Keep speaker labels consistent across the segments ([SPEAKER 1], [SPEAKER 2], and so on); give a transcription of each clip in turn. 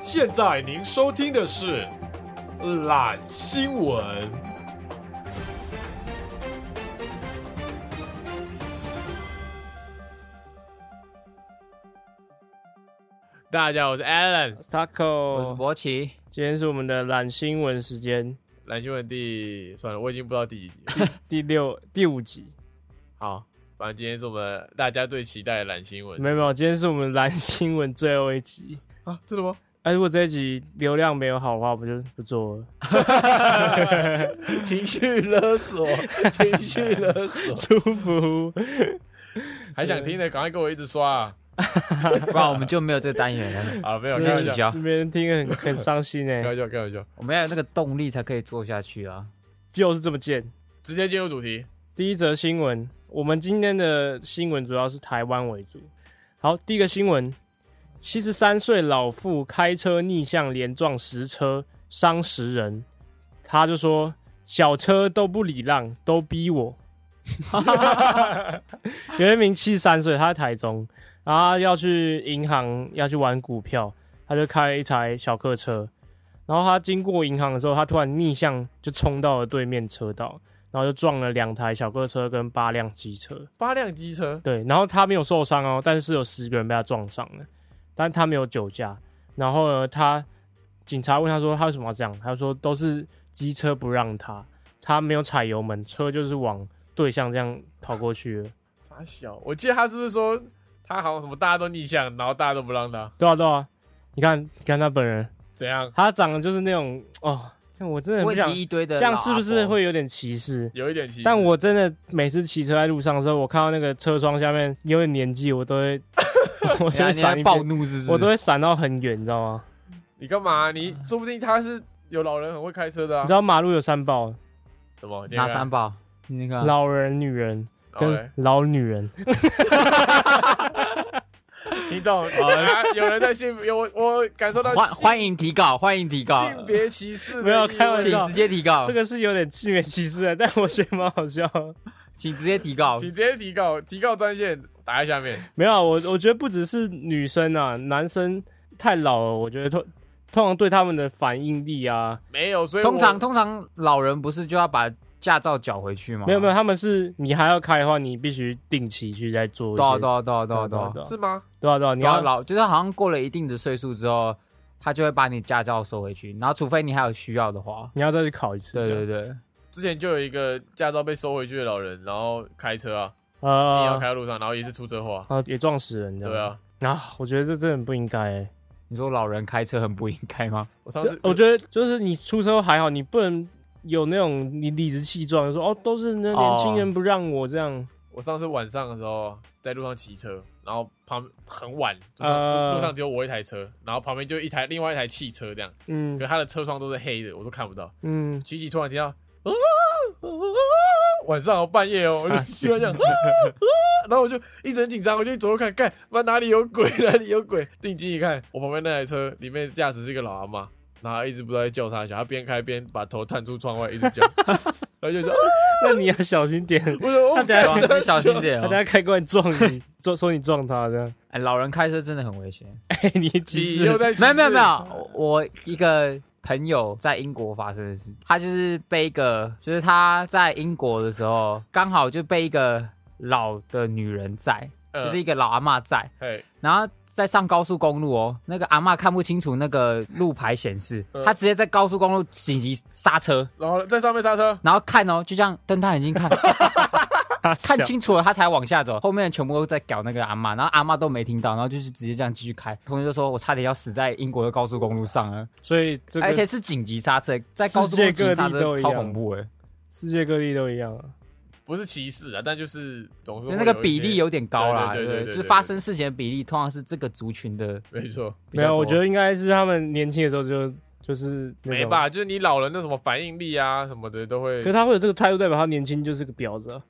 [SPEAKER 1] 现在您收听的是《懒新闻》。
[SPEAKER 2] 大家好，我是 Alan，
[SPEAKER 3] 我是
[SPEAKER 4] Taco，
[SPEAKER 3] 博 奇，
[SPEAKER 4] 今天是我们的懒新闻时间，
[SPEAKER 2] 蓝新闻第算了，我已经不知道第几集了。
[SPEAKER 4] 第六、第五集。
[SPEAKER 2] 好，反正今天是我们大家最期待的蓝新闻。
[SPEAKER 4] 没有没有，今天是我们懒新闻最后一集。
[SPEAKER 2] 啊，真的吗？
[SPEAKER 4] 哎、如果这一集流量没有好的话，我们就不做了。
[SPEAKER 2] 情绪勒 索，情绪勒索，
[SPEAKER 4] 舒服，
[SPEAKER 2] 还想听的赶快给我一直刷啊！
[SPEAKER 3] 不然我们就没有这个单元了。
[SPEAKER 2] 啊，没有，
[SPEAKER 3] 直
[SPEAKER 2] 开
[SPEAKER 3] 接
[SPEAKER 2] 玩
[SPEAKER 3] 取
[SPEAKER 2] 笑，
[SPEAKER 3] 消，
[SPEAKER 4] 别人听了很很伤心哎、
[SPEAKER 2] 开 玩笑，开玩笑，
[SPEAKER 3] 我们要有那个动力才可以做下去啊！
[SPEAKER 4] 就是这么贱。
[SPEAKER 2] 直接进入主题。
[SPEAKER 4] 第一则新闻，我们今天的新闻主要是台湾为主。好，第一个新闻：七十三岁老妇开车逆向连撞十车，伤十人。他就说：“小车都不礼让，都逼我。” 有一名七十三岁，他在台中，然后他要去银行要去玩股票，他就开一台小客车，然后他经过银行的时候，他突然逆向就冲到了对面车道，然后就撞了两台小客车跟八辆机车。
[SPEAKER 2] 八辆机车，
[SPEAKER 4] 对，然后他没有受伤哦，但是有十个人被他撞伤了，但他没有酒驾。然后呢，他警察问他说他为什么要这样，他说都是机车不让他，他没有踩油门，车就是往对向这样跑过去了。
[SPEAKER 2] 傻小。我记得他是不是说他好像什么大家都逆向，然后大家都不让他，
[SPEAKER 4] 对啊，对啊，你看，你看他本人，
[SPEAKER 2] 怎样？
[SPEAKER 4] 他长得就是那种哦，像我真的很不
[SPEAKER 3] 问
[SPEAKER 4] 想
[SPEAKER 3] 题，一堆的，
[SPEAKER 4] 这样是不是？会有点歧视？
[SPEAKER 2] 有一点歧视。
[SPEAKER 4] 但我真的每次骑车在路上的时候，我看到那个车窗下面有点年纪，我都会， 我
[SPEAKER 3] 你
[SPEAKER 4] 就
[SPEAKER 3] 还
[SPEAKER 4] 会
[SPEAKER 3] 你
[SPEAKER 4] 闪
[SPEAKER 3] 还
[SPEAKER 4] 一
[SPEAKER 3] 暴
[SPEAKER 4] 边，
[SPEAKER 3] 怒是不是？
[SPEAKER 4] 我都会闪到很远，你知道吗？
[SPEAKER 2] 你干嘛？你说不定他是有老人很会开车的啊
[SPEAKER 4] 你知？道马路有三宝：
[SPEAKER 2] 什么？
[SPEAKER 3] 拿三宝，你那个啊
[SPEAKER 4] 老人、女人
[SPEAKER 2] 跟
[SPEAKER 4] 跟老女人。
[SPEAKER 2] 听 众，啊有人在性，有我我感受到
[SPEAKER 3] 欢
[SPEAKER 2] 性
[SPEAKER 3] 欢迎提稿，欢迎提稿，
[SPEAKER 2] 性别歧视的意思，
[SPEAKER 4] 没有开玩
[SPEAKER 3] 请
[SPEAKER 4] 笑
[SPEAKER 3] 直接提稿
[SPEAKER 4] 这，个是有点性别歧视的，但我觉得蛮好笑的。
[SPEAKER 3] 请直接提稿
[SPEAKER 2] 请，直接提告，提告专线打在下面。
[SPEAKER 4] 没有啊，我我觉得不只是女生啊，男生太老了，我觉得通通常对他们的反应力啊，
[SPEAKER 2] 没有，所以我
[SPEAKER 3] 通常通常老人不是就要把驾照缴回去吗？
[SPEAKER 4] 没有没有，，他们是你还要开的话，你必须定期去再做一
[SPEAKER 3] 对啊
[SPEAKER 4] 些。
[SPEAKER 3] 对啊对啊对啊对啊，
[SPEAKER 4] 对啊
[SPEAKER 2] 是吗？
[SPEAKER 4] 对啊对啊，你
[SPEAKER 3] 你要
[SPEAKER 4] 要
[SPEAKER 3] 老就是好像过了一定的岁数之后，他就会把你驾照收回去，然后除非你还有需要的话，
[SPEAKER 4] 你要再去考一次。
[SPEAKER 3] 对
[SPEAKER 4] 这样
[SPEAKER 3] 对对，
[SPEAKER 2] 之前就有一个驾照被收回去的老人，然后开车啊，硬要
[SPEAKER 4] 啊
[SPEAKER 2] 开到路上，然后也是出车祸啊。
[SPEAKER 4] 啊，也撞死人这样。
[SPEAKER 2] 对啊，
[SPEAKER 4] 啊，我觉得这真的很不应该欸。
[SPEAKER 3] 你说老人开车很不应该吗？
[SPEAKER 2] 我上次
[SPEAKER 4] 我觉得就是哦你出车祸还好，你不能有那种你理直气壮地说哦，都是那年轻人不让我这样。
[SPEAKER 2] 我上次晚上的时候在路上骑车，然后旁很晚，路上、
[SPEAKER 4] 呃
[SPEAKER 2] 路上只有我一台车，然后旁边就一台另外一台汽车这样，
[SPEAKER 4] 嗯
[SPEAKER 2] 可是他的车窗都是黑的，我都看不到。
[SPEAKER 4] 嗯，
[SPEAKER 2] 琪琪突然听到，啊啊晚上哦半夜哦，我就突然讲，啊啊 然后我就一直很紧张，我就左右看，看，妈哪里有鬼，哪里有鬼。定睛一看，我旁边那台车里面驾驶是一个老阿妈，然后她一直不知道在叫啥小，她边开边把头探出窗外一直叫，然后就说，
[SPEAKER 4] 那你要小心点，
[SPEAKER 2] 我说，
[SPEAKER 4] 他
[SPEAKER 2] 我
[SPEAKER 4] 等下
[SPEAKER 3] 对啊 你小心点
[SPEAKER 4] 他
[SPEAKER 3] 哦
[SPEAKER 4] 等！下开过来撞你， 说说你撞他这样。
[SPEAKER 3] 哎，老人开车真的很危险。
[SPEAKER 4] 哎，你
[SPEAKER 2] 你
[SPEAKER 4] 急
[SPEAKER 2] 又
[SPEAKER 4] 死。
[SPEAKER 2] 在
[SPEAKER 3] 没有没有没有，我一个朋友在英国发生的事，他就是被一个，就是他在英国的时候，刚好就被一个老的女人在，
[SPEAKER 2] 有
[SPEAKER 3] 就是一个老阿嬷在，
[SPEAKER 2] 哎，
[SPEAKER 3] 然后在上高速公路哦，那个阿嬷看不清楚那个路牌显示
[SPEAKER 2] 嗯，
[SPEAKER 3] 她直接在高速公路紧急刹车，
[SPEAKER 2] 然后在上面刹车，
[SPEAKER 3] 然后看哦，就这样瞪大眼睛看，看清楚了，他才往下走，后面全部都在搞那个阿嬷，然后阿嬷都没听到，然后就是直接这样继续开。同学就说：“我差点要死在英国的高速公路上了，
[SPEAKER 4] 所以这
[SPEAKER 3] 而且
[SPEAKER 4] 个
[SPEAKER 3] 是紧急刹车，在高速公路紧急刹
[SPEAKER 4] 世界各地都
[SPEAKER 3] 车
[SPEAKER 4] 一
[SPEAKER 3] 超
[SPEAKER 4] 样
[SPEAKER 3] 恐怖哎、
[SPEAKER 4] 世界各地都一样啊。
[SPEAKER 2] 不是歧视啊，但就是总是
[SPEAKER 3] 就
[SPEAKER 2] 会
[SPEAKER 3] 那个
[SPEAKER 2] 有一
[SPEAKER 3] 比
[SPEAKER 2] 些
[SPEAKER 3] 例有点高啦，
[SPEAKER 2] 对对对对对对
[SPEAKER 3] 就是发生事情的比例通常是这个族群的
[SPEAKER 2] 没错，
[SPEAKER 3] 比
[SPEAKER 4] 没
[SPEAKER 3] 较多。
[SPEAKER 4] 有，我觉得应该是他们年轻的时候就就是那
[SPEAKER 2] 没
[SPEAKER 4] 种。
[SPEAKER 2] 吧？就是你老人的什么反应力啊什么的都会
[SPEAKER 4] 可是他会有这个态度，代表他年轻就是个婊子啊。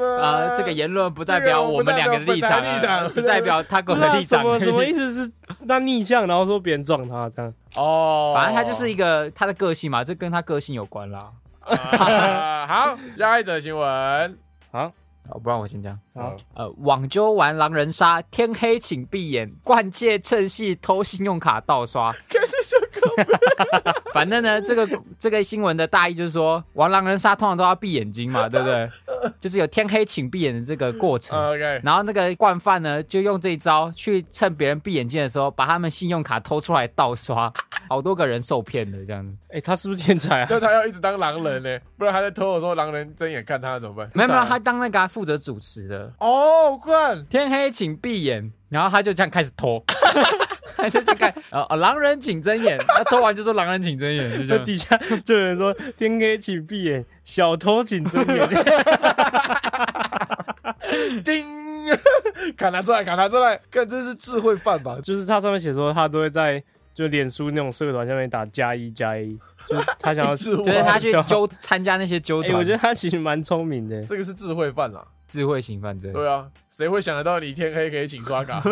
[SPEAKER 3] 呃，这个言论不代表我们两个的立
[SPEAKER 2] 这
[SPEAKER 3] 场、
[SPEAKER 2] 个不代表本台立场
[SPEAKER 3] 啊，是代表他狗
[SPEAKER 4] 不是
[SPEAKER 3] 的
[SPEAKER 4] 啊
[SPEAKER 3] 立场
[SPEAKER 4] 什。么什 么意思是？那逆向，然后说别人撞他这样，
[SPEAKER 2] 哦，
[SPEAKER 3] 反正他就是一个他的个性 嘛，这跟他个性有关啦。
[SPEAKER 2] 啊好，下一则新闻，
[SPEAKER 4] 好，
[SPEAKER 3] 哦，不然我先讲。
[SPEAKER 4] 好，
[SPEAKER 3] 呃，网纠玩狼人杀，天黑请闭眼，惯借趁隙偷信用卡盗刷。
[SPEAKER 2] 看这首歌，
[SPEAKER 3] 反正呢，这个 这个新闻的大意就是说，玩狼人杀通常都要闭眼睛嘛，对不对？就是有天黑请闭眼的这个过程。
[SPEAKER 2] 啊 OK，
[SPEAKER 3] 然后那个惯犯呢，就用这一招去趁别人闭眼睛的时候，把他们信用卡偷出来盗刷，好多个人受骗的这样子。
[SPEAKER 4] 哎，他是不是天 才啊？
[SPEAKER 2] 那他要一直当狼人呢，不然他在偷我说狼人睁眼看他怎么办？
[SPEAKER 3] 没有没有，他当那个啊、负责主持的，
[SPEAKER 2] 哦，冠
[SPEAKER 3] 天黑请闭眼，然后他就这样开始偷， 他就这样开，呃、哦，狼人请睁眼，他偷完就说狼人请睁眼，就这
[SPEAKER 4] 那
[SPEAKER 3] 样。
[SPEAKER 4] 底下就有人说“天黑请闭眼，小偷请睁眼？
[SPEAKER 2] 叮， 砍他出来，砍他出来，看这是智慧犯吧”，
[SPEAKER 4] 就是他上面写说他都会在就脸书那种社团下面打加一加一，就是他 想要。
[SPEAKER 2] 智慧
[SPEAKER 3] 就是他
[SPEAKER 2] 犯，
[SPEAKER 3] 去纠参加那些纠
[SPEAKER 4] 哎、
[SPEAKER 3] 团，
[SPEAKER 4] 我觉得他其实蛮聪明的。
[SPEAKER 2] 这个是智慧犯啊啦。
[SPEAKER 3] 智慧型犯罪。
[SPEAKER 2] 对啊，谁会想得到你天黑可以请刷卡？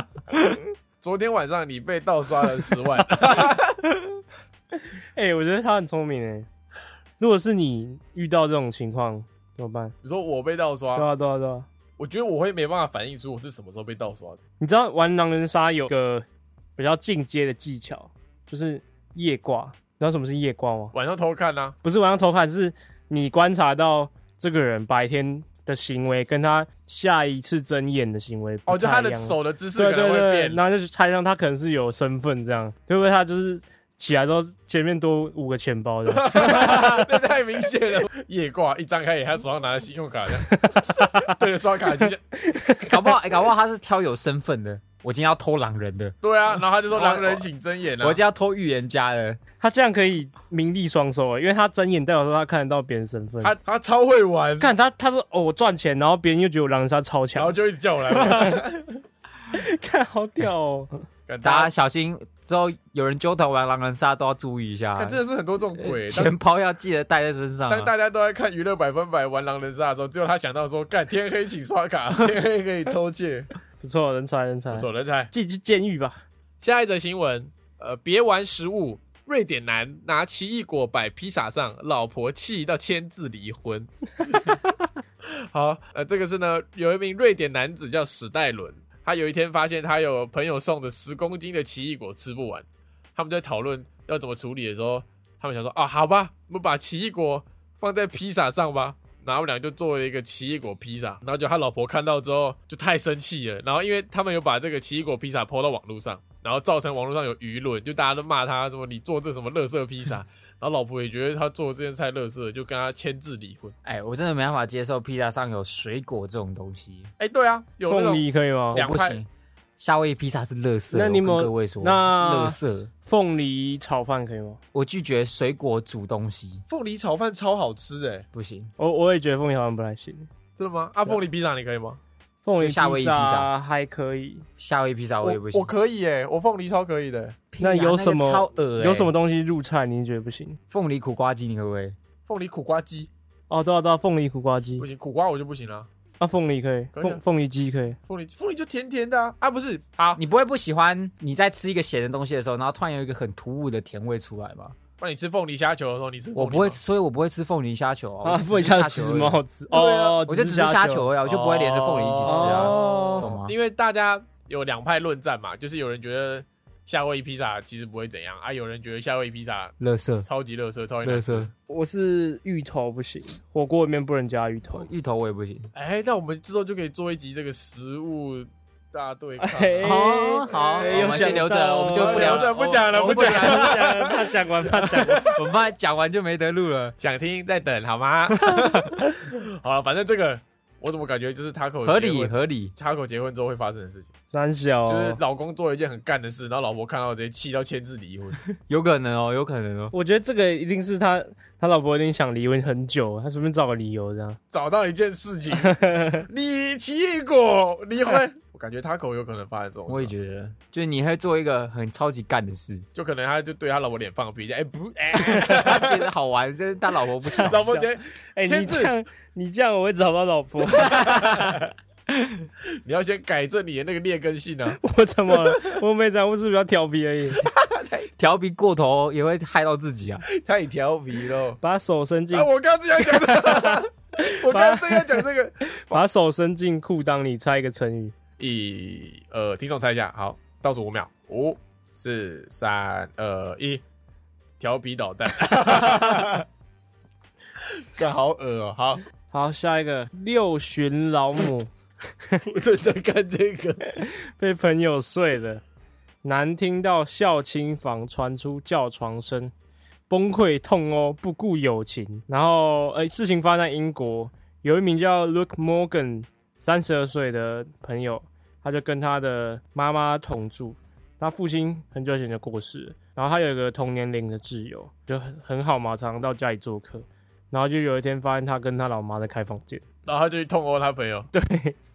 [SPEAKER 2] 昨天晚上你被盗刷了十 万，
[SPEAKER 4] 哎、我觉得他很聪明哎。如果是你遇到这种情况怎么办？
[SPEAKER 2] 你说我被盗
[SPEAKER 4] 对
[SPEAKER 2] 刷，
[SPEAKER 4] 啊，对啊，对啊。
[SPEAKER 2] 我觉得我会没办法反映出我是什么时候被盗刷的。
[SPEAKER 4] 你知道玩狼人杀有个比较进阶的技巧，就是夜挂。你知道什么是夜挂吗？
[SPEAKER 2] 晚上偷看啊，
[SPEAKER 4] 不是晚上偷看，是你观察到这个人白天的行为跟他下一次睁眼的行为
[SPEAKER 2] 哦，就他
[SPEAKER 4] 不太一
[SPEAKER 2] 的
[SPEAKER 4] 样
[SPEAKER 2] 手的姿势
[SPEAKER 4] 对
[SPEAKER 2] 可能
[SPEAKER 4] 对
[SPEAKER 2] 会
[SPEAKER 4] 对，
[SPEAKER 2] 变。
[SPEAKER 4] 然后就猜上他可能是有身份这样，会不会他就是起来之后前面多五个钱包这 样？
[SPEAKER 2] 那太明显了，夜挂一张开眼，他手上拿着信用卡，这样 对着刷卡机这样，
[SPEAKER 3] 搞不好、哎搞不好他是挑有身份的。我今天要偷狼人的，
[SPEAKER 2] 对啊，然后他就说
[SPEAKER 3] 我
[SPEAKER 2] 狼人请睁眼啊
[SPEAKER 3] 我今，天要偷预言家的。
[SPEAKER 4] 他这样可以名利双收啊，因为他睁眼代表说他看得到别人身份。
[SPEAKER 2] 他他超会玩，
[SPEAKER 4] 看他，他说哦，我赚钱，然后别人又觉得我狼人杀超
[SPEAKER 2] 然后
[SPEAKER 4] 强，
[SPEAKER 2] 就一直叫我来 玩，
[SPEAKER 4] 看好屌哦！
[SPEAKER 2] 干
[SPEAKER 3] 大家
[SPEAKER 2] 大家
[SPEAKER 3] 小心，之后有人纠团玩狼人杀都要注意一下哎
[SPEAKER 2] 看，，真的是很多这种鬼。当
[SPEAKER 3] 钱包要记得带在身上、
[SPEAKER 2] 当
[SPEAKER 3] 啊。
[SPEAKER 2] 大家都在看娱乐百分百玩狼人杀的时候，只有他想到说，干天黑请刷卡，天黑可以偷窃，
[SPEAKER 4] 不错，人才人才，
[SPEAKER 2] 走人才。
[SPEAKER 4] 自己去监狱吧。
[SPEAKER 2] 下一则新闻，呃，别玩食物。瑞典男拿奇异果摆披萨上，老婆气到签字离婚。好，呃，这个是呢，有一名瑞典男子叫史戴伦，他有一天发现他有朋友送的十公斤的奇异果吃不完，他们在讨论要怎么处理的时候，他们想说啊，好吧，我们把奇异果放在披萨上吧。然后我们俩就做了一个奇异果披萨，然后就他老婆看到之后就太生气了，然后因为他们有把这个奇异果披萨抛到网络上，然后造成网络上有舆论，就大家都骂他什么你做这什么垃圾披 萨，然后老婆也觉得他做这件菜垃圾，就跟他签字离婚。
[SPEAKER 3] 哎、我真的没办法接受披萨上有水果这种东西，
[SPEAKER 2] 哎，对啊，有那
[SPEAKER 4] 凤
[SPEAKER 2] 种
[SPEAKER 4] 梨可以吗？
[SPEAKER 3] 我
[SPEAKER 2] 两
[SPEAKER 3] 不
[SPEAKER 2] 派
[SPEAKER 3] 行。夏威夷披萨是垃圾，
[SPEAKER 4] 那你有
[SPEAKER 3] 我
[SPEAKER 4] 没有
[SPEAKER 3] 跟各位说，
[SPEAKER 4] 那
[SPEAKER 3] 垃圾，
[SPEAKER 4] 凤梨炒饭可以吗？
[SPEAKER 3] 我拒绝水果煮东西，
[SPEAKER 2] 凤梨炒饭超好吃哎、
[SPEAKER 3] 不行。
[SPEAKER 4] 我我也觉得凤梨好像不太行，
[SPEAKER 2] 真的吗？啊，凤梨披萨你可以吗？
[SPEAKER 4] 凤梨
[SPEAKER 3] 就夏威夷
[SPEAKER 4] 披
[SPEAKER 3] 披
[SPEAKER 4] 萨
[SPEAKER 3] 萨
[SPEAKER 4] 还可以。
[SPEAKER 3] 夏威夷披萨我也不行。
[SPEAKER 2] 我可以哎、我凤梨超可以的、
[SPEAKER 3] 屁啊
[SPEAKER 4] 那有什么
[SPEAKER 3] 那个超恶、欸？
[SPEAKER 4] 有什么东西入菜你觉得不行？
[SPEAKER 3] 凤梨苦瓜鸡？你可不可以？
[SPEAKER 2] 凤梨苦瓜鸡
[SPEAKER 4] 哦，对啊，对啊，凤梨苦瓜鸡
[SPEAKER 2] 不，行，苦瓜我就不行了。
[SPEAKER 4] 啊，凤梨可以，
[SPEAKER 2] 可以啊
[SPEAKER 4] 凤凤梨鸡可以。
[SPEAKER 2] 凤梨凤梨就甜甜的啊，啊不是啊，
[SPEAKER 3] 你不会不喜欢你在吃一个咸的东西的时候，然后突然有一个很突兀的甜味出来吗？
[SPEAKER 2] 那你吃凤梨虾球的时候，你吃凤梨
[SPEAKER 3] 我
[SPEAKER 2] 吗
[SPEAKER 3] 不会，所以我不会吃凤梨虾球
[SPEAKER 4] 啊，凤梨
[SPEAKER 3] 哦虾
[SPEAKER 4] 虾其实蛮
[SPEAKER 3] 而已
[SPEAKER 4] 好吃
[SPEAKER 2] 对啊
[SPEAKER 4] 哦，
[SPEAKER 3] 我就只是虾球而已，我就不会连着凤梨一起吃啊，
[SPEAKER 4] 哦
[SPEAKER 3] 懂吗？
[SPEAKER 2] 因为大家有两派论战嘛，就是有人觉得夏威夷披萨其实不会怎样啊，有人觉得夏威夷披萨
[SPEAKER 3] 乐色，
[SPEAKER 2] 超级垃圾，超级
[SPEAKER 3] 乐
[SPEAKER 2] 难吃。
[SPEAKER 3] 色，
[SPEAKER 4] 我是芋头不行，火锅里面不能加芋头。
[SPEAKER 3] 芋头我也不行。
[SPEAKER 2] 哎，那我们之后就可以做一集这个食物大对 抗啊。
[SPEAKER 4] 哎
[SPEAKER 3] 好哦好
[SPEAKER 4] 哎
[SPEAKER 3] 我们
[SPEAKER 4] 有想
[SPEAKER 3] 先留着
[SPEAKER 4] 到
[SPEAKER 3] 我们就不聊
[SPEAKER 4] 留着
[SPEAKER 2] 不讲了
[SPEAKER 4] 我
[SPEAKER 2] 不讲
[SPEAKER 4] 了，不讲了他讲完，他讲完。
[SPEAKER 3] 我怕讲完就没得录了。
[SPEAKER 2] 想听再等好吗？ 好了，反正这个我怎么感觉就是 Taco
[SPEAKER 3] 合
[SPEAKER 2] 结
[SPEAKER 3] 理哦
[SPEAKER 2] 婚
[SPEAKER 3] 合理，
[SPEAKER 2] Taco 结婚之后会发生的事情，
[SPEAKER 4] 三小哦
[SPEAKER 2] 就是老公做了一件很干的事，然后老婆看到直接气到签字离婚。
[SPEAKER 3] 有可能哦，有可能哦。
[SPEAKER 4] 我觉得这个一定是他，他老婆一定想离婚很久，他随便找个理由这样。
[SPEAKER 2] 找到一件事 情，你奇异果离婚， 我感觉 Taco 有可能发生这种事，
[SPEAKER 3] 我也觉得，就是你会做一个很超级干的事，
[SPEAKER 2] 就可能他就对他老婆脸放屁，哎、不， 哎、
[SPEAKER 3] 他觉得好玩，但是他老婆不 爽。
[SPEAKER 2] 老婆直接，
[SPEAKER 4] 哎、你
[SPEAKER 2] 签字
[SPEAKER 4] 这样，你这样我会找不到老婆，
[SPEAKER 2] 你要先改正你的那个劣根性啊！
[SPEAKER 4] 我怎么了？我没这样，我只是比较调皮而已。
[SPEAKER 3] 调皮过头也会害到自己啊。
[SPEAKER 2] 太调皮了。
[SPEAKER 4] 把手伸进
[SPEAKER 2] 啊，我刚刚正要讲这个，我刚刚正要讲这个，
[SPEAKER 4] 把手伸进裤裆里，猜一个成语。
[SPEAKER 2] 一呃，听众猜一下，好，倒数五秒，五、四、三、二、一，调皮捣 蛋，干好恶哦、好，
[SPEAKER 4] 好，下一个六旬老母
[SPEAKER 2] 我正在看这个，
[SPEAKER 4] 被朋友睡了，男听到孝亲房传出叫床声，崩溃痛殴，不顾友情。然后，呃，事情发生在英国，有一名叫 Luke Morgan 三十二岁的朋友，他就跟他的妈妈同住，他父亲很久以前就过世了，然后他有一个同年龄的挚友，就很很好嘛，常常到家里做客。然后就有一天发现他跟他老妈在开房间，
[SPEAKER 2] 然后他就去痛殴他朋友，
[SPEAKER 4] 对，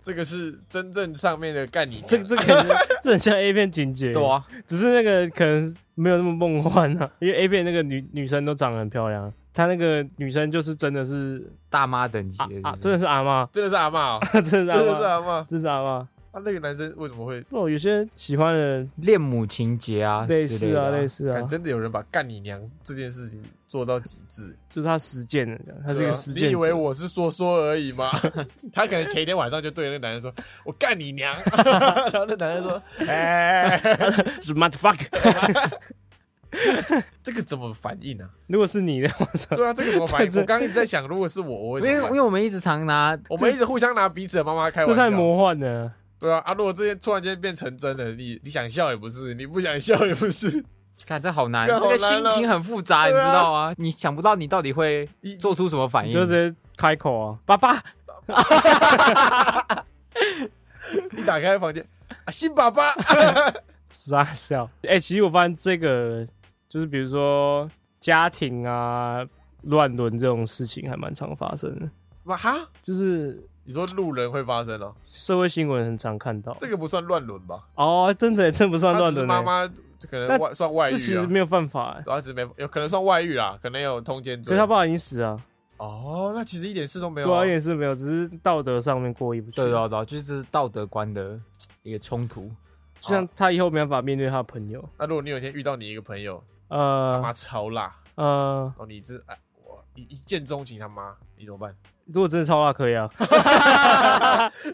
[SPEAKER 2] 这个是真正上面的干你娘，，
[SPEAKER 4] 这个这 个很这很像 A 片情节，
[SPEAKER 3] 对啊，
[SPEAKER 4] 只是那个可能没有那么梦幻啊， 因为 A 片那个女女生都长得很漂亮，她那个女生就是真的是
[SPEAKER 3] 大妈等级
[SPEAKER 4] 啊
[SPEAKER 3] 的是不
[SPEAKER 4] 啊，
[SPEAKER 3] 是
[SPEAKER 4] 真的是阿妈
[SPEAKER 2] 真的是阿妈、哦，
[SPEAKER 4] 真的
[SPEAKER 2] 真
[SPEAKER 4] 是
[SPEAKER 2] 的是阿
[SPEAKER 4] 阿妈，
[SPEAKER 2] 妈，
[SPEAKER 4] 真的是阿妈。
[SPEAKER 2] 啊，那个男生为什么会？
[SPEAKER 4] 不，有些喜欢的人
[SPEAKER 3] 恋母情节啊，
[SPEAKER 4] 类似啊，类
[SPEAKER 3] 似。
[SPEAKER 4] 似啊
[SPEAKER 2] 敢，真的有人把干你娘这件事情做到极致？
[SPEAKER 4] 就是他实践的，他是一
[SPEAKER 2] 对
[SPEAKER 4] 个
[SPEAKER 2] 啊
[SPEAKER 4] 实
[SPEAKER 2] 你
[SPEAKER 4] 践
[SPEAKER 2] 以为
[SPEAKER 4] 者。
[SPEAKER 2] 我是说说而已吗？ 他可能前一天晚上就对那个男人说：“我干你 娘！”然后那男人说：“哎、
[SPEAKER 4] 是 mad fuck，
[SPEAKER 2] 这个怎么反应 啊
[SPEAKER 4] 如果是你的话，？”
[SPEAKER 2] 对啊，这个怎么反应？
[SPEAKER 4] 这
[SPEAKER 2] 我刚刚一直在想，如果是我，我会怎
[SPEAKER 3] 因为
[SPEAKER 2] 么哦
[SPEAKER 3] 因
[SPEAKER 2] 办
[SPEAKER 3] 为我们一直常拿
[SPEAKER 2] 我们一直互相拿彼此的妈妈开
[SPEAKER 4] 这
[SPEAKER 2] 玩
[SPEAKER 4] 太
[SPEAKER 2] 笑。
[SPEAKER 4] 魔幻了。
[SPEAKER 2] 对啊，啊，如果这些突然间变成真的，你你想笑也不是，你不想笑也不是，
[SPEAKER 3] 看这好难，
[SPEAKER 2] 这
[SPEAKER 3] 这
[SPEAKER 2] 好难
[SPEAKER 3] 个
[SPEAKER 2] 哦
[SPEAKER 3] 心情很复杂，你
[SPEAKER 2] 对
[SPEAKER 3] 知
[SPEAKER 2] 啊
[SPEAKER 3] 道吗？你想不到你到底会
[SPEAKER 2] 一
[SPEAKER 3] 做出什么反
[SPEAKER 4] 你
[SPEAKER 3] 应，
[SPEAKER 4] 就直接开口啊，爸爸，
[SPEAKER 2] 一打开房间啊，新爸爸，
[SPEAKER 4] 傻笑。哎、其实我发现这个就是比如说家庭啊乱伦这种事情还蛮常发生的，
[SPEAKER 2] 哇哈，
[SPEAKER 4] 就是
[SPEAKER 2] 你说路人会发生哦，
[SPEAKER 4] 社会新闻很常看到。
[SPEAKER 2] 这个不算乱伦吧？
[SPEAKER 4] 哦，真的耶真不算
[SPEAKER 2] 他
[SPEAKER 4] 乱
[SPEAKER 2] 只是
[SPEAKER 4] 伦耶，
[SPEAKER 2] 妈妈可
[SPEAKER 4] 那
[SPEAKER 2] 能外算外遇
[SPEAKER 4] 这
[SPEAKER 2] 啊，
[SPEAKER 4] 其实没有犯法耶，
[SPEAKER 2] 主要是没有可能算外遇啦，可能有通奸
[SPEAKER 4] 所
[SPEAKER 2] 罪
[SPEAKER 4] 以。他爸已经死了，
[SPEAKER 2] 哦，那其实一点事都没有
[SPEAKER 4] 对
[SPEAKER 2] 啊、
[SPEAKER 4] 啊，也是没有，只是道德上面过意不去。
[SPEAKER 3] 对对，啊对，就是道德观的一个冲突。
[SPEAKER 4] 就像他以后没办法面对他的朋友，
[SPEAKER 2] 那如果你有一天遇到你一个朋友，他妈
[SPEAKER 4] 呃
[SPEAKER 2] 超辣，
[SPEAKER 4] 呃，
[SPEAKER 2] 哦，你这哎，我一一见钟情他妈，你怎么办？
[SPEAKER 4] 如果真的超辣可以啊，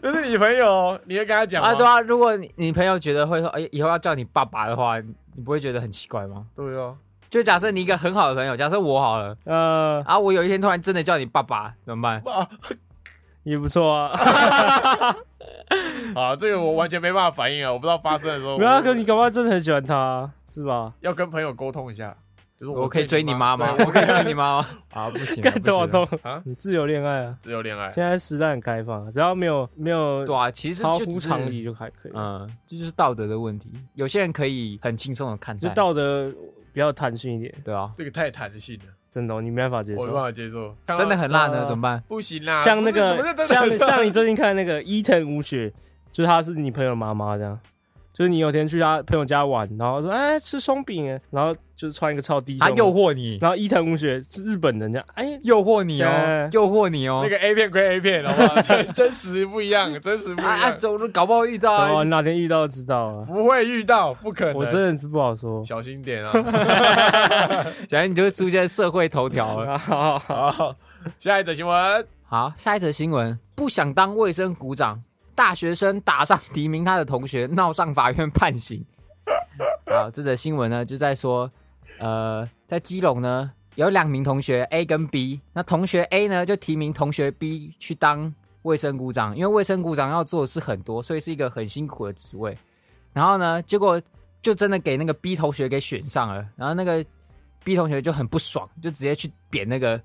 [SPEAKER 2] 那是你朋友，你会跟他讲吗
[SPEAKER 3] 啊，对，啊，如果你你朋友觉得会说，哎、以后要叫你爸爸的话，你不会觉得很奇怪吗？
[SPEAKER 2] 对哦，
[SPEAKER 3] 就假设你一个很好的朋友，假设我好了，
[SPEAKER 4] 呃
[SPEAKER 3] 啊，我有一天突然真的叫你爸爸，怎么办？
[SPEAKER 2] 哇，
[SPEAKER 4] 也不错啊。
[SPEAKER 2] 啊，这个我完全没办法反应啊，我不知道发生的时候，
[SPEAKER 4] 没有啊，
[SPEAKER 2] 我
[SPEAKER 4] 可你搞不好真的很喜欢他啊，是吧？
[SPEAKER 2] 要跟朋友沟通一下，就是
[SPEAKER 3] 我可
[SPEAKER 2] 可
[SPEAKER 3] 以
[SPEAKER 2] 以
[SPEAKER 3] 追你妈吗？
[SPEAKER 2] 对
[SPEAKER 3] 我可以追你妈吗？ 啊，不行啊，
[SPEAKER 4] 干
[SPEAKER 3] 不
[SPEAKER 4] 懂啊
[SPEAKER 3] 行啊。
[SPEAKER 4] 懂啊，
[SPEAKER 2] 啊，哎
[SPEAKER 4] 你自由恋爱啊。
[SPEAKER 2] 只有 恋爱
[SPEAKER 4] 现在时代很开放，啊只要没有没有
[SPEAKER 3] 对啊，其实
[SPEAKER 4] 超
[SPEAKER 3] 就
[SPEAKER 4] 乎
[SPEAKER 3] 只是
[SPEAKER 4] 常理就还可以，
[SPEAKER 3] 嗯，这就是道德的问题。有些人可以很轻松的看
[SPEAKER 4] 就
[SPEAKER 3] 待，
[SPEAKER 4] 道德比较弹性一点。
[SPEAKER 3] 对啊，
[SPEAKER 2] 这个太弹性了，
[SPEAKER 4] 真的哦、你没办法接
[SPEAKER 2] 我没
[SPEAKER 4] 受。
[SPEAKER 2] 办法接受，
[SPEAKER 3] 真的很辣呢，
[SPEAKER 4] 呃
[SPEAKER 3] 怎么办？
[SPEAKER 2] 不行啦，
[SPEAKER 4] 像
[SPEAKER 2] 啊不
[SPEAKER 4] 那
[SPEAKER 2] 是怎么
[SPEAKER 4] 个
[SPEAKER 2] 是真的
[SPEAKER 4] 像
[SPEAKER 2] 很辣
[SPEAKER 4] 像你最近看那个伊藤舞雪，就是她是你朋友妈妈这样。就是你有天去他朋友家玩，然后说哎、吃松饼耶，然后就是穿一个超低胸
[SPEAKER 3] 他
[SPEAKER 4] 的，
[SPEAKER 3] 啊
[SPEAKER 2] 啊
[SPEAKER 3] 诱惑你，
[SPEAKER 4] 然后伊藤舞雪是日本人，这样哎
[SPEAKER 3] 诱惑你哦
[SPEAKER 4] 对，
[SPEAKER 3] 诱惑你哦
[SPEAKER 2] 那。个 A 片归 A 片，好不好？真真实不一样，真实不一
[SPEAKER 3] 啊啊，
[SPEAKER 2] 样，
[SPEAKER 3] 走路搞不好遇到
[SPEAKER 4] 哦
[SPEAKER 3] 啊。
[SPEAKER 4] 哪天遇到就知道了，
[SPEAKER 2] 不会遇到，不可
[SPEAKER 4] 我
[SPEAKER 2] 能。
[SPEAKER 4] 真的不好说。
[SPEAKER 2] 小心点 啊！
[SPEAKER 3] 然后你就会出现社会头条了。
[SPEAKER 4] 啊好好好
[SPEAKER 2] 好，下一则新闻，
[SPEAKER 3] 好，下一则新闻：不想当卫生股长，大学生打上提名他的同学，闹上法院判刑。 好，这则新闻呢，就在说，呃，在基隆呢有两名同学 A 跟 B，那同学 A 呢就提名同学 B 去当卫生股长，因为卫生股长要做的事很多，所以是一个很辛苦的职位。然后呢，结果就真的给那个 B 同学给选上了，然后那个 B 同学就很不爽，就直接去扁那个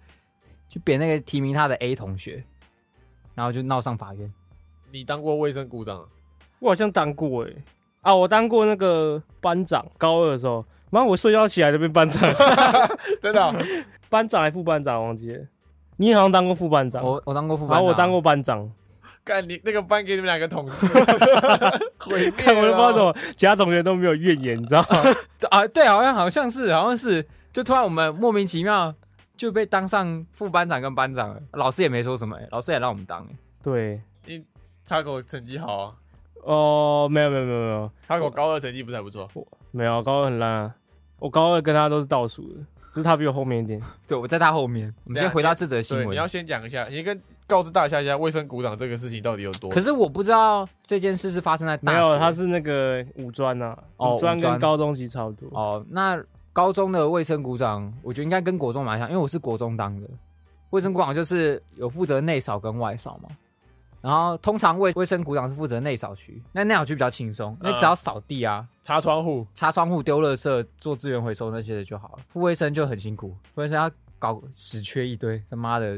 [SPEAKER 3] 去扁那个提名他的 A 同学，然后就闹上法院。
[SPEAKER 2] 你当过卫生股长？啊
[SPEAKER 4] 我好像当过哎、啊，我当过那个班长，高二的时候，妈，我睡觉起来就变班长，
[SPEAKER 2] 真的哦？
[SPEAKER 4] 班长还副班长忘记了，你好像当过副班
[SPEAKER 2] 哦
[SPEAKER 4] 长，
[SPEAKER 3] 我我当过副班
[SPEAKER 4] 然
[SPEAKER 3] 长，
[SPEAKER 4] 后我当过班长，
[SPEAKER 2] 干你那个班给你们两个统 治，毁灭
[SPEAKER 4] 看我都不知道怎
[SPEAKER 2] 了
[SPEAKER 4] 么，其他同学都没有怨言，你知道吗？
[SPEAKER 3] 啊，对，好像好像是好像是，就突然我们莫名其妙就被当上副班长跟班长了，老师也没说什么、欸老师也让我们当、欸
[SPEAKER 4] 对，
[SPEAKER 2] 你他狗成绩好啊，
[SPEAKER 4] 哦，没有没有没有没有
[SPEAKER 2] 他狗高二成绩不是还不错？
[SPEAKER 4] 没有，高二很烂啊，我高二跟他都是倒数的，只是他比我后面一点。
[SPEAKER 3] 对，我在他后面。我们
[SPEAKER 2] 对
[SPEAKER 3] 先
[SPEAKER 2] 啊
[SPEAKER 3] 回到这则新
[SPEAKER 2] 对，
[SPEAKER 3] 闻
[SPEAKER 2] 你要，先讲一下，你跟告知大家一下卫生股长这个事情到底有多
[SPEAKER 3] 可是我不知道这件事是发生在 大
[SPEAKER 4] 没
[SPEAKER 3] 学，
[SPEAKER 4] 有，他是那个五专呐、
[SPEAKER 3] 哦
[SPEAKER 4] 五专
[SPEAKER 3] 五专
[SPEAKER 4] 跟高中级差不多。
[SPEAKER 3] 哦，那高中的卫生股长，我觉得应该跟国中蛮像，因为我是国中当的。卫生股长就是有负责内扫跟外扫嘛，然后通常卫卫生股长是负责内扫区，那内扫区比较轻
[SPEAKER 4] 嗯
[SPEAKER 3] 松，那只要扫地啊、
[SPEAKER 2] 擦窗户，
[SPEAKER 3] 擦窗户、丢垃圾、做资源回收那些的就好了。副卫生就很辛苦，副卫生要搞屎缺一堆，他妈 的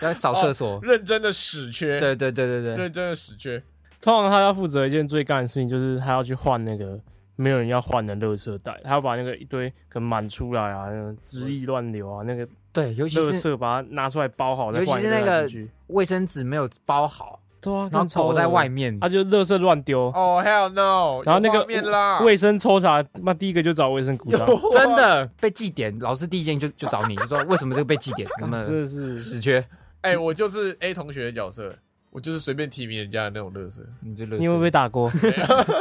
[SPEAKER 3] 要扫厕所。
[SPEAKER 4] 哦
[SPEAKER 2] 认真的屎缺，
[SPEAKER 3] 对对对对对，
[SPEAKER 2] 认真的屎缺，
[SPEAKER 4] 通常他要负责一件最干的事情，就是他要去换那个没有人要换的垃圾袋，他要把那个一堆可能满出来啊，那种汁液乱流啊，那个
[SPEAKER 3] 对，尤其
[SPEAKER 4] 垃
[SPEAKER 3] 是
[SPEAKER 4] 圾把它拿出来包好，再
[SPEAKER 3] 尤其
[SPEAKER 4] 换一
[SPEAKER 3] 是那个
[SPEAKER 4] 袋进去
[SPEAKER 3] 卫生纸没有包好，
[SPEAKER 4] 对啊，
[SPEAKER 3] 然后狗在外
[SPEAKER 4] 面，
[SPEAKER 3] 面，
[SPEAKER 4] 他就垃圾乱丢，
[SPEAKER 2] 哦、hell no，
[SPEAKER 4] 然后那
[SPEAKER 2] 有
[SPEAKER 4] 个
[SPEAKER 2] 画面啦，
[SPEAKER 4] 卫生抽查，那第一个就找卫生 股长，
[SPEAKER 3] 真的被记点，老师第一件就就找你，就说为什么 这个被记点？那么
[SPEAKER 4] 真的是
[SPEAKER 3] 死缺，
[SPEAKER 2] 哎、我就是 A 同学的角色，我就是随便提名人家的那种乐色。
[SPEAKER 3] 你就
[SPEAKER 4] 你会不会 打过？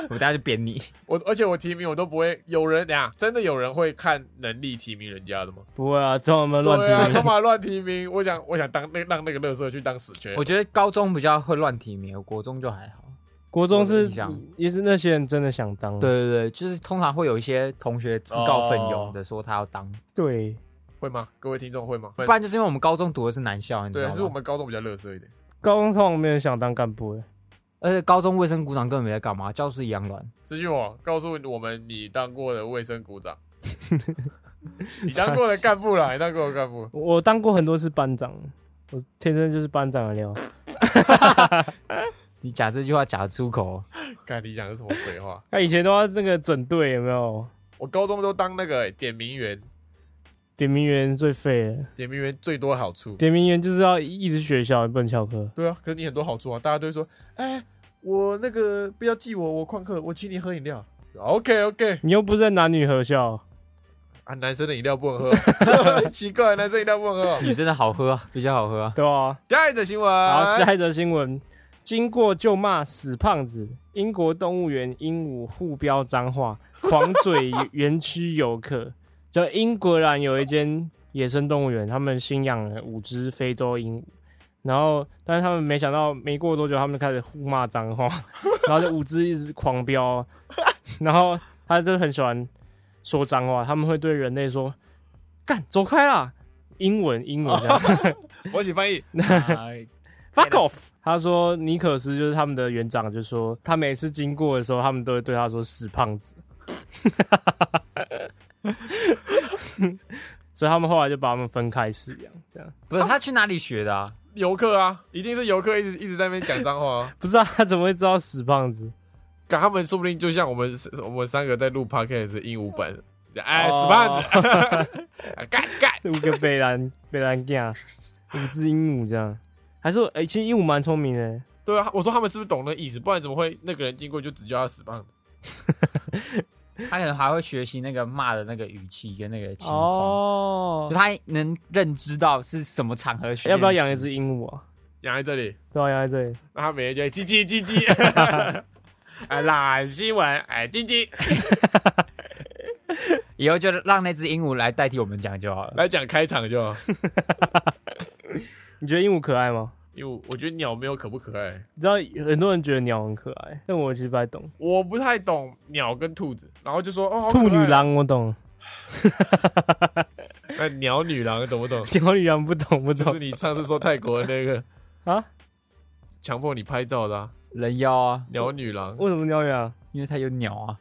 [SPEAKER 3] 我等下就扁你。
[SPEAKER 2] 我而且我提名我都不会，有人呀，真的有人会看能力提名人家的吗？
[SPEAKER 4] 不会啊，叫我们乱
[SPEAKER 2] 对啊，
[SPEAKER 4] 丢
[SPEAKER 2] 干。嘛乱提名？我想我想当那让那个乐色去当死缺
[SPEAKER 3] 我，觉得高中比较会乱提名，我国中就还好。
[SPEAKER 4] 国中
[SPEAKER 3] 我的
[SPEAKER 4] 是
[SPEAKER 3] 印象
[SPEAKER 4] 也是那些人真的想当，
[SPEAKER 3] 对对对，就是通常会有一些同学自告奋勇的说他要当，
[SPEAKER 4] 对，
[SPEAKER 2] 会吗？各位听众会吗？
[SPEAKER 3] 不然就是因为我们高中读的是男校，你知
[SPEAKER 2] 对，
[SPEAKER 3] 道
[SPEAKER 2] 还
[SPEAKER 3] 吗？
[SPEAKER 2] 是我们高中比较乐色一点。
[SPEAKER 4] 高中通常没有人想当干部欸，
[SPEAKER 3] 而且高中卫生股长根本没在干嘛，教室一样乱。
[SPEAKER 2] 私信我，告诉我们你当过的卫生股长， 你当过的干部啦，你当过的干部。
[SPEAKER 4] 我当过很多次班长，我天生就是班长的料。
[SPEAKER 3] 你讲这句话讲得出 口，
[SPEAKER 2] 看你讲的是什么鬼话？
[SPEAKER 4] 啊他以前都要那个整队，有没有？
[SPEAKER 2] 我高中都当那个、欸点名员，
[SPEAKER 4] 点名员最废了，
[SPEAKER 2] 点名员最多好处。
[SPEAKER 4] 点名员就是要一直学校，不能翘课。
[SPEAKER 2] 对啊，可是你很多好处啊，大家都会说，哎、我那个不要记我，我旷课，我请你喝饮料。OK OK，
[SPEAKER 4] 你又不是在男女合校，
[SPEAKER 2] 啊，男生的饮料不能喝， 奇怪，男生饮料不能喝。
[SPEAKER 3] 女生的好喝啊，比较 好喝啊。
[SPEAKER 4] 对啊。
[SPEAKER 2] 下一则新闻，
[SPEAKER 4] 好，下一则新闻，经过就骂死胖子，英国动物园鹦鹉互飙脏话，狂嘴园区游客。就英格兰有一间野生动物园，他们新养了五只非洲鹦鹉，然后但是他们没想到，没过多久他们就开始互骂脏话，然后这五只一直狂飙，然后他就很喜欢说脏话，他们会对人类说“干走开啦”，英文英文这样。
[SPEAKER 2] 我请翻译。
[SPEAKER 4] Fuck off！他说尼可斯就是他们的园长，就说他每次经过的时候，他们都会对他说“死胖 子”，所以他们后来就把他们分开饲养。这样
[SPEAKER 3] 不是他去哪里学的啊？
[SPEAKER 2] 游客啊，一定是游客一直一直在那边讲脏话、 啊，
[SPEAKER 4] 不知道他怎么会知道死胖子？
[SPEAKER 2] 赶他们说不定就像我们我们三个在录 podcast 的鹦鹉版，哎，死胖子，
[SPEAKER 4] 子，
[SPEAKER 2] 啊干干，
[SPEAKER 4] 五个贝兰 贝兰酱，五只鹦鹉这样。还是哎、其实鹦鹉蛮聪明的，
[SPEAKER 2] 对啊，我说他们是不是懂那意思？不然怎么会那个人经过就只叫他死胖子？
[SPEAKER 3] 他可能还会学习那个骂的那个语气跟那个情况，
[SPEAKER 4] 哦
[SPEAKER 3] 就。他能认知到是什么场合学。
[SPEAKER 4] 要不要养一？只鹦鹉啊？
[SPEAKER 2] 养在这里，
[SPEAKER 4] 对啊，养在这里。
[SPEAKER 2] 那他每天就哎会叽 叽叽叽，哎，懒新闻，哎，叽叽，
[SPEAKER 3] 以后就让那只鹦鹉来代替我们讲就好了。
[SPEAKER 2] 来讲开场就好。
[SPEAKER 4] 你觉得鹦鹉可爱吗？
[SPEAKER 2] 因为我觉得鸟没有可不可爱，
[SPEAKER 4] 你知道很多人觉得鸟很可爱，但我其实不太懂。
[SPEAKER 2] 我不太懂鸟跟兔子，然后就说哦，好可爱
[SPEAKER 4] 兔女，郎我 懂，？
[SPEAKER 2] 哎，鸟女郎懂不懂
[SPEAKER 4] 鸟女郎不懂不
[SPEAKER 2] 就是
[SPEAKER 4] 懂
[SPEAKER 2] 你上次说泰国的那个
[SPEAKER 4] 啊？
[SPEAKER 2] 强迫你拍照的、啊、
[SPEAKER 3] 人妖啊，
[SPEAKER 2] 鸟女郎，
[SPEAKER 4] 为什么鸟女郎？
[SPEAKER 3] 因为它有鸟啊。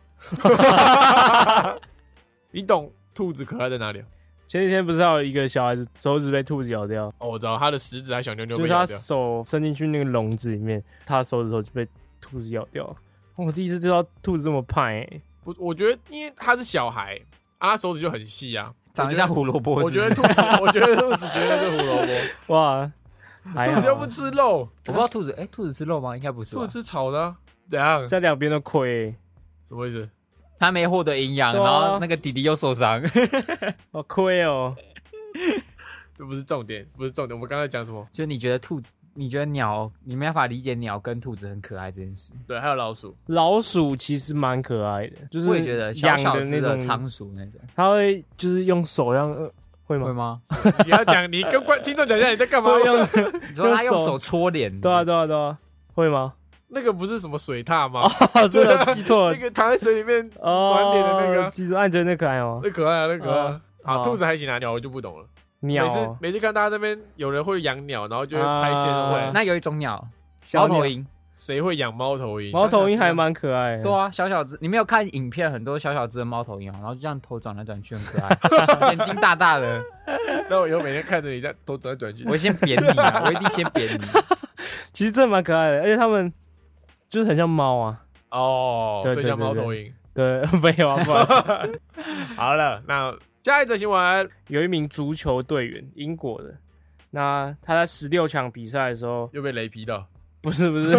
[SPEAKER 2] 你懂兔子可爱在哪里啊？
[SPEAKER 4] 前几天不是还有一个小孩子手指被兔子咬掉，
[SPEAKER 2] 哦，我知道，它的食指还小妞妞
[SPEAKER 4] 就
[SPEAKER 2] 被
[SPEAKER 4] 是他
[SPEAKER 2] 咬掉。
[SPEAKER 4] 手伸进去那个笼子里面，他手指头就被兔子咬掉了。哦我第一次知道兔子这么胖哎、欸，
[SPEAKER 2] 我我觉得，因为它是小孩啊，它手指就很细啊。
[SPEAKER 3] 长得像胡萝卜
[SPEAKER 2] 我
[SPEAKER 3] 是不
[SPEAKER 2] 觉
[SPEAKER 3] 是
[SPEAKER 2] 得兔子，我觉得兔子绝对是胡萝卜，
[SPEAKER 4] 哇，还
[SPEAKER 2] 兔子又
[SPEAKER 4] 好啊
[SPEAKER 2] 不吃肉，
[SPEAKER 3] 我不知道兔子，哎、兔子吃肉吗？应该不是吧
[SPEAKER 2] 兔。子吃草的啊、怎样？
[SPEAKER 4] 在两边都亏、欸，
[SPEAKER 2] 什么意思？
[SPEAKER 3] 它没获得营养，
[SPEAKER 4] 对啊
[SPEAKER 3] 然后那个弟弟又受伤。
[SPEAKER 4] 好亏哦、
[SPEAKER 2] 这不是重点，不是重点。我们刚才讲什么？
[SPEAKER 3] 就你觉得兔子，你觉得鸟，你没办法理解鸟跟兔子很可爱这件事。
[SPEAKER 2] 对，还有老鼠。
[SPEAKER 4] 老鼠其实蛮可爱的，就是
[SPEAKER 3] 我也觉得小
[SPEAKER 4] 养
[SPEAKER 3] 小
[SPEAKER 4] 的
[SPEAKER 3] 只
[SPEAKER 4] 那
[SPEAKER 3] 的
[SPEAKER 4] 种
[SPEAKER 3] 仓鼠那种，
[SPEAKER 4] 它会就是用手这样呃会
[SPEAKER 3] 会
[SPEAKER 4] 吗？
[SPEAKER 3] 吗？
[SPEAKER 2] 你要讲，你跟观听众讲一下你在干嘛？
[SPEAKER 4] 会用
[SPEAKER 3] 你说他用手搓脸，
[SPEAKER 4] 对啊，对啊，对啊，会 吗？
[SPEAKER 2] 那个不是什么水獭吗？
[SPEAKER 4] 哦，真的记错
[SPEAKER 2] 那
[SPEAKER 4] 了。
[SPEAKER 2] 个躺在水里面，
[SPEAKER 4] 哦，
[SPEAKER 2] 玩脸的那个啊
[SPEAKER 4] 记住，按觉得那可爱哦。
[SPEAKER 2] 那可爱啊，那可爱啊。好，
[SPEAKER 4] 哦
[SPEAKER 2] 兔子还行啊，鸟我就不懂了。
[SPEAKER 4] 鸟
[SPEAKER 2] 每
[SPEAKER 4] 哦
[SPEAKER 2] 次，每次看大家那边有人会养鸟，然后就会拍线
[SPEAKER 4] 啊
[SPEAKER 2] 会，
[SPEAKER 3] 那有一种鸟，
[SPEAKER 4] 小
[SPEAKER 3] 猫
[SPEAKER 4] 鸟
[SPEAKER 3] 头，鹰，
[SPEAKER 2] 谁会养猫头鹰？
[SPEAKER 4] 猫头鹰还蛮可爱的。
[SPEAKER 3] 对啊，小小只，你没有看影片，很多小小只的猫头鹰啊，然后就这样头转来转去，很可 爱，眼睛大大的。
[SPEAKER 2] 那我以后每天看着你在头转来转去。
[SPEAKER 3] 我先扁你 啊，我一定先扁你。
[SPEAKER 4] 其实真的蛮可爱的，而且他们就是很像猫啊。
[SPEAKER 2] 哦，
[SPEAKER 4] 对
[SPEAKER 2] 所以
[SPEAKER 4] 对
[SPEAKER 2] 叫
[SPEAKER 4] 对
[SPEAKER 2] 猫
[SPEAKER 4] 对
[SPEAKER 2] 头鹰。
[SPEAKER 4] 对， 没有啊，不然
[SPEAKER 2] 好了，那下一则新闻
[SPEAKER 4] 有一名足球队员，英国的。那他在十六强比赛的时候，
[SPEAKER 2] 又被雷劈到。
[SPEAKER 4] 不是不是，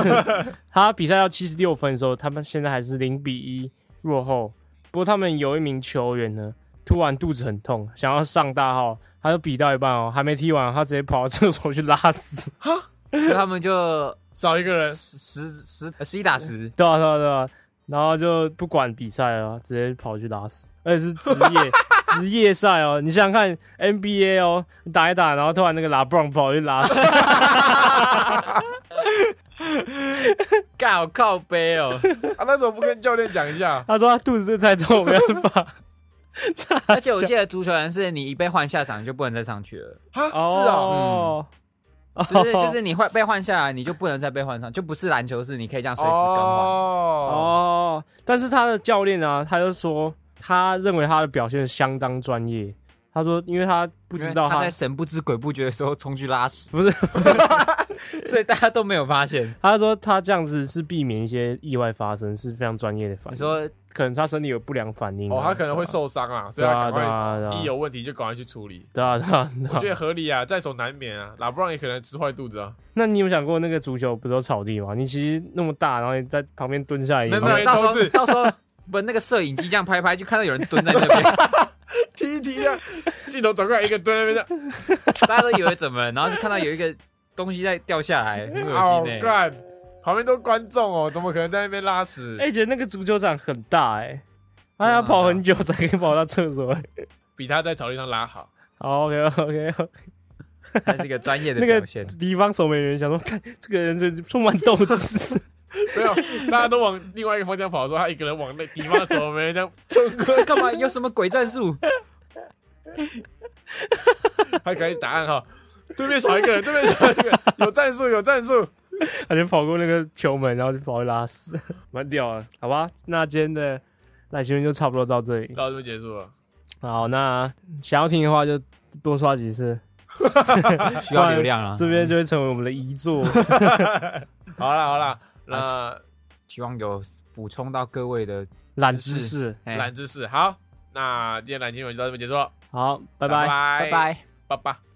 [SPEAKER 4] 他比赛到七十六分的时候，他们现在还是零比一落后。不过他们有一名球员呢，突然肚子很痛，想要上大号，他就比到一半哦，还没踢完，他直接跑到厕所去拉屎。
[SPEAKER 3] 所以他们就
[SPEAKER 2] 少一个 人，
[SPEAKER 3] 十十十一打十，
[SPEAKER 4] 对啊对啊对啊，然后就不管比赛了，直接跑去拉屎，而且是职业职业赛哦。你想想看 NBA 哦，打一打，然后突然那个拉布朗跑去拉屎，
[SPEAKER 3] 干好靠背哦。
[SPEAKER 2] 啊，那怎么不跟教练讲一下？
[SPEAKER 4] 他说他肚子真的太痛，没办法。
[SPEAKER 3] 而且我记得足球员是你一被换下场，你就不能再上去了，
[SPEAKER 2] 啊，是啊，
[SPEAKER 4] 哦，
[SPEAKER 3] 就是就是你换被换下来，你就不能再被换上，就不是篮球是你可以这样随时更换。
[SPEAKER 2] 哦，
[SPEAKER 4] 哦，但是他的教练啊，他就说他认为他的表现相当专业。他说，因为他不知道
[SPEAKER 3] 因为他
[SPEAKER 4] 他
[SPEAKER 3] 在，神不知鬼不觉的时候冲去拉屎，
[SPEAKER 4] 不是，
[SPEAKER 3] 所以大家都没有发现。
[SPEAKER 4] 他说他这样子是避免一些意外发生，是非常专业的反应。
[SPEAKER 3] 你说
[SPEAKER 4] 可能他身体有不良反应啊、
[SPEAKER 2] 哦，他可能会受伤啊，所
[SPEAKER 4] 对
[SPEAKER 2] 以
[SPEAKER 4] 啊，
[SPEAKER 2] 他赶快
[SPEAKER 4] 对啊，对啊，
[SPEAKER 2] 一有问题就赶快去处理。
[SPEAKER 4] 对啊，对啊，对啊
[SPEAKER 2] 我觉得合理啊，在所难免啊。拉布朗也可能吃坏肚子啊，
[SPEAKER 4] 那你有想过那个足球不是有草地吗？你其实那么大，然后你在旁边蹲下来也
[SPEAKER 3] 没有
[SPEAKER 2] 旁
[SPEAKER 3] 没
[SPEAKER 2] 边
[SPEAKER 3] 有，到时
[SPEAKER 2] 都是
[SPEAKER 3] 候到时候不那个摄影机这样拍拍，就看到有人蹲在那边，
[SPEAKER 2] 踢一踢这样，镜头转过来一个蹲在那边
[SPEAKER 3] 大家都以为怎么了，然后就看到有一个东西在掉下来，很
[SPEAKER 2] 这
[SPEAKER 3] 恶
[SPEAKER 2] 样，好
[SPEAKER 3] 心欸呢、
[SPEAKER 2] 哦干，旁边都观众哦，怎么可能在那边拉屎
[SPEAKER 4] 哎、？觉得那个足球场很大哎、他、
[SPEAKER 3] 对啊
[SPEAKER 4] 要跑很久才可以跑到厕所。
[SPEAKER 2] 比他在草地上拉好。
[SPEAKER 4] 好，OK OK OK，
[SPEAKER 3] 它是一个专业的
[SPEAKER 4] 那个
[SPEAKER 3] 表现。
[SPEAKER 4] 敌方守门员想说，看这个人真充满斗志，
[SPEAKER 2] 没有，大家都往另外一个方向跑的时候，他一个人往那敌方的守门员这样冲过
[SPEAKER 3] 干嘛？有什么鬼战术？
[SPEAKER 2] 来，他赶紧打暗号，对面少一个人，对面少一个人，有战术，有战术。
[SPEAKER 4] 他就跑过那个球门，然后就跑去拉屎，蛮屌的，好吧？那今天的赖新闻就差不多到这里。
[SPEAKER 2] 到这边结束了，
[SPEAKER 4] 好，那想要听的话就多刷几次，
[SPEAKER 3] 需要流量啊！
[SPEAKER 4] 这边就会成为我们的遗作。
[SPEAKER 2] 好了好了，那
[SPEAKER 3] 希望有补充到各位的
[SPEAKER 4] 懒知识，
[SPEAKER 3] 哎
[SPEAKER 2] 懒知识好，那今天懒新闻就到这边结束了，
[SPEAKER 4] 好，拜
[SPEAKER 2] 拜
[SPEAKER 4] 拜。
[SPEAKER 3] 拜拜。
[SPEAKER 2] 拜拜。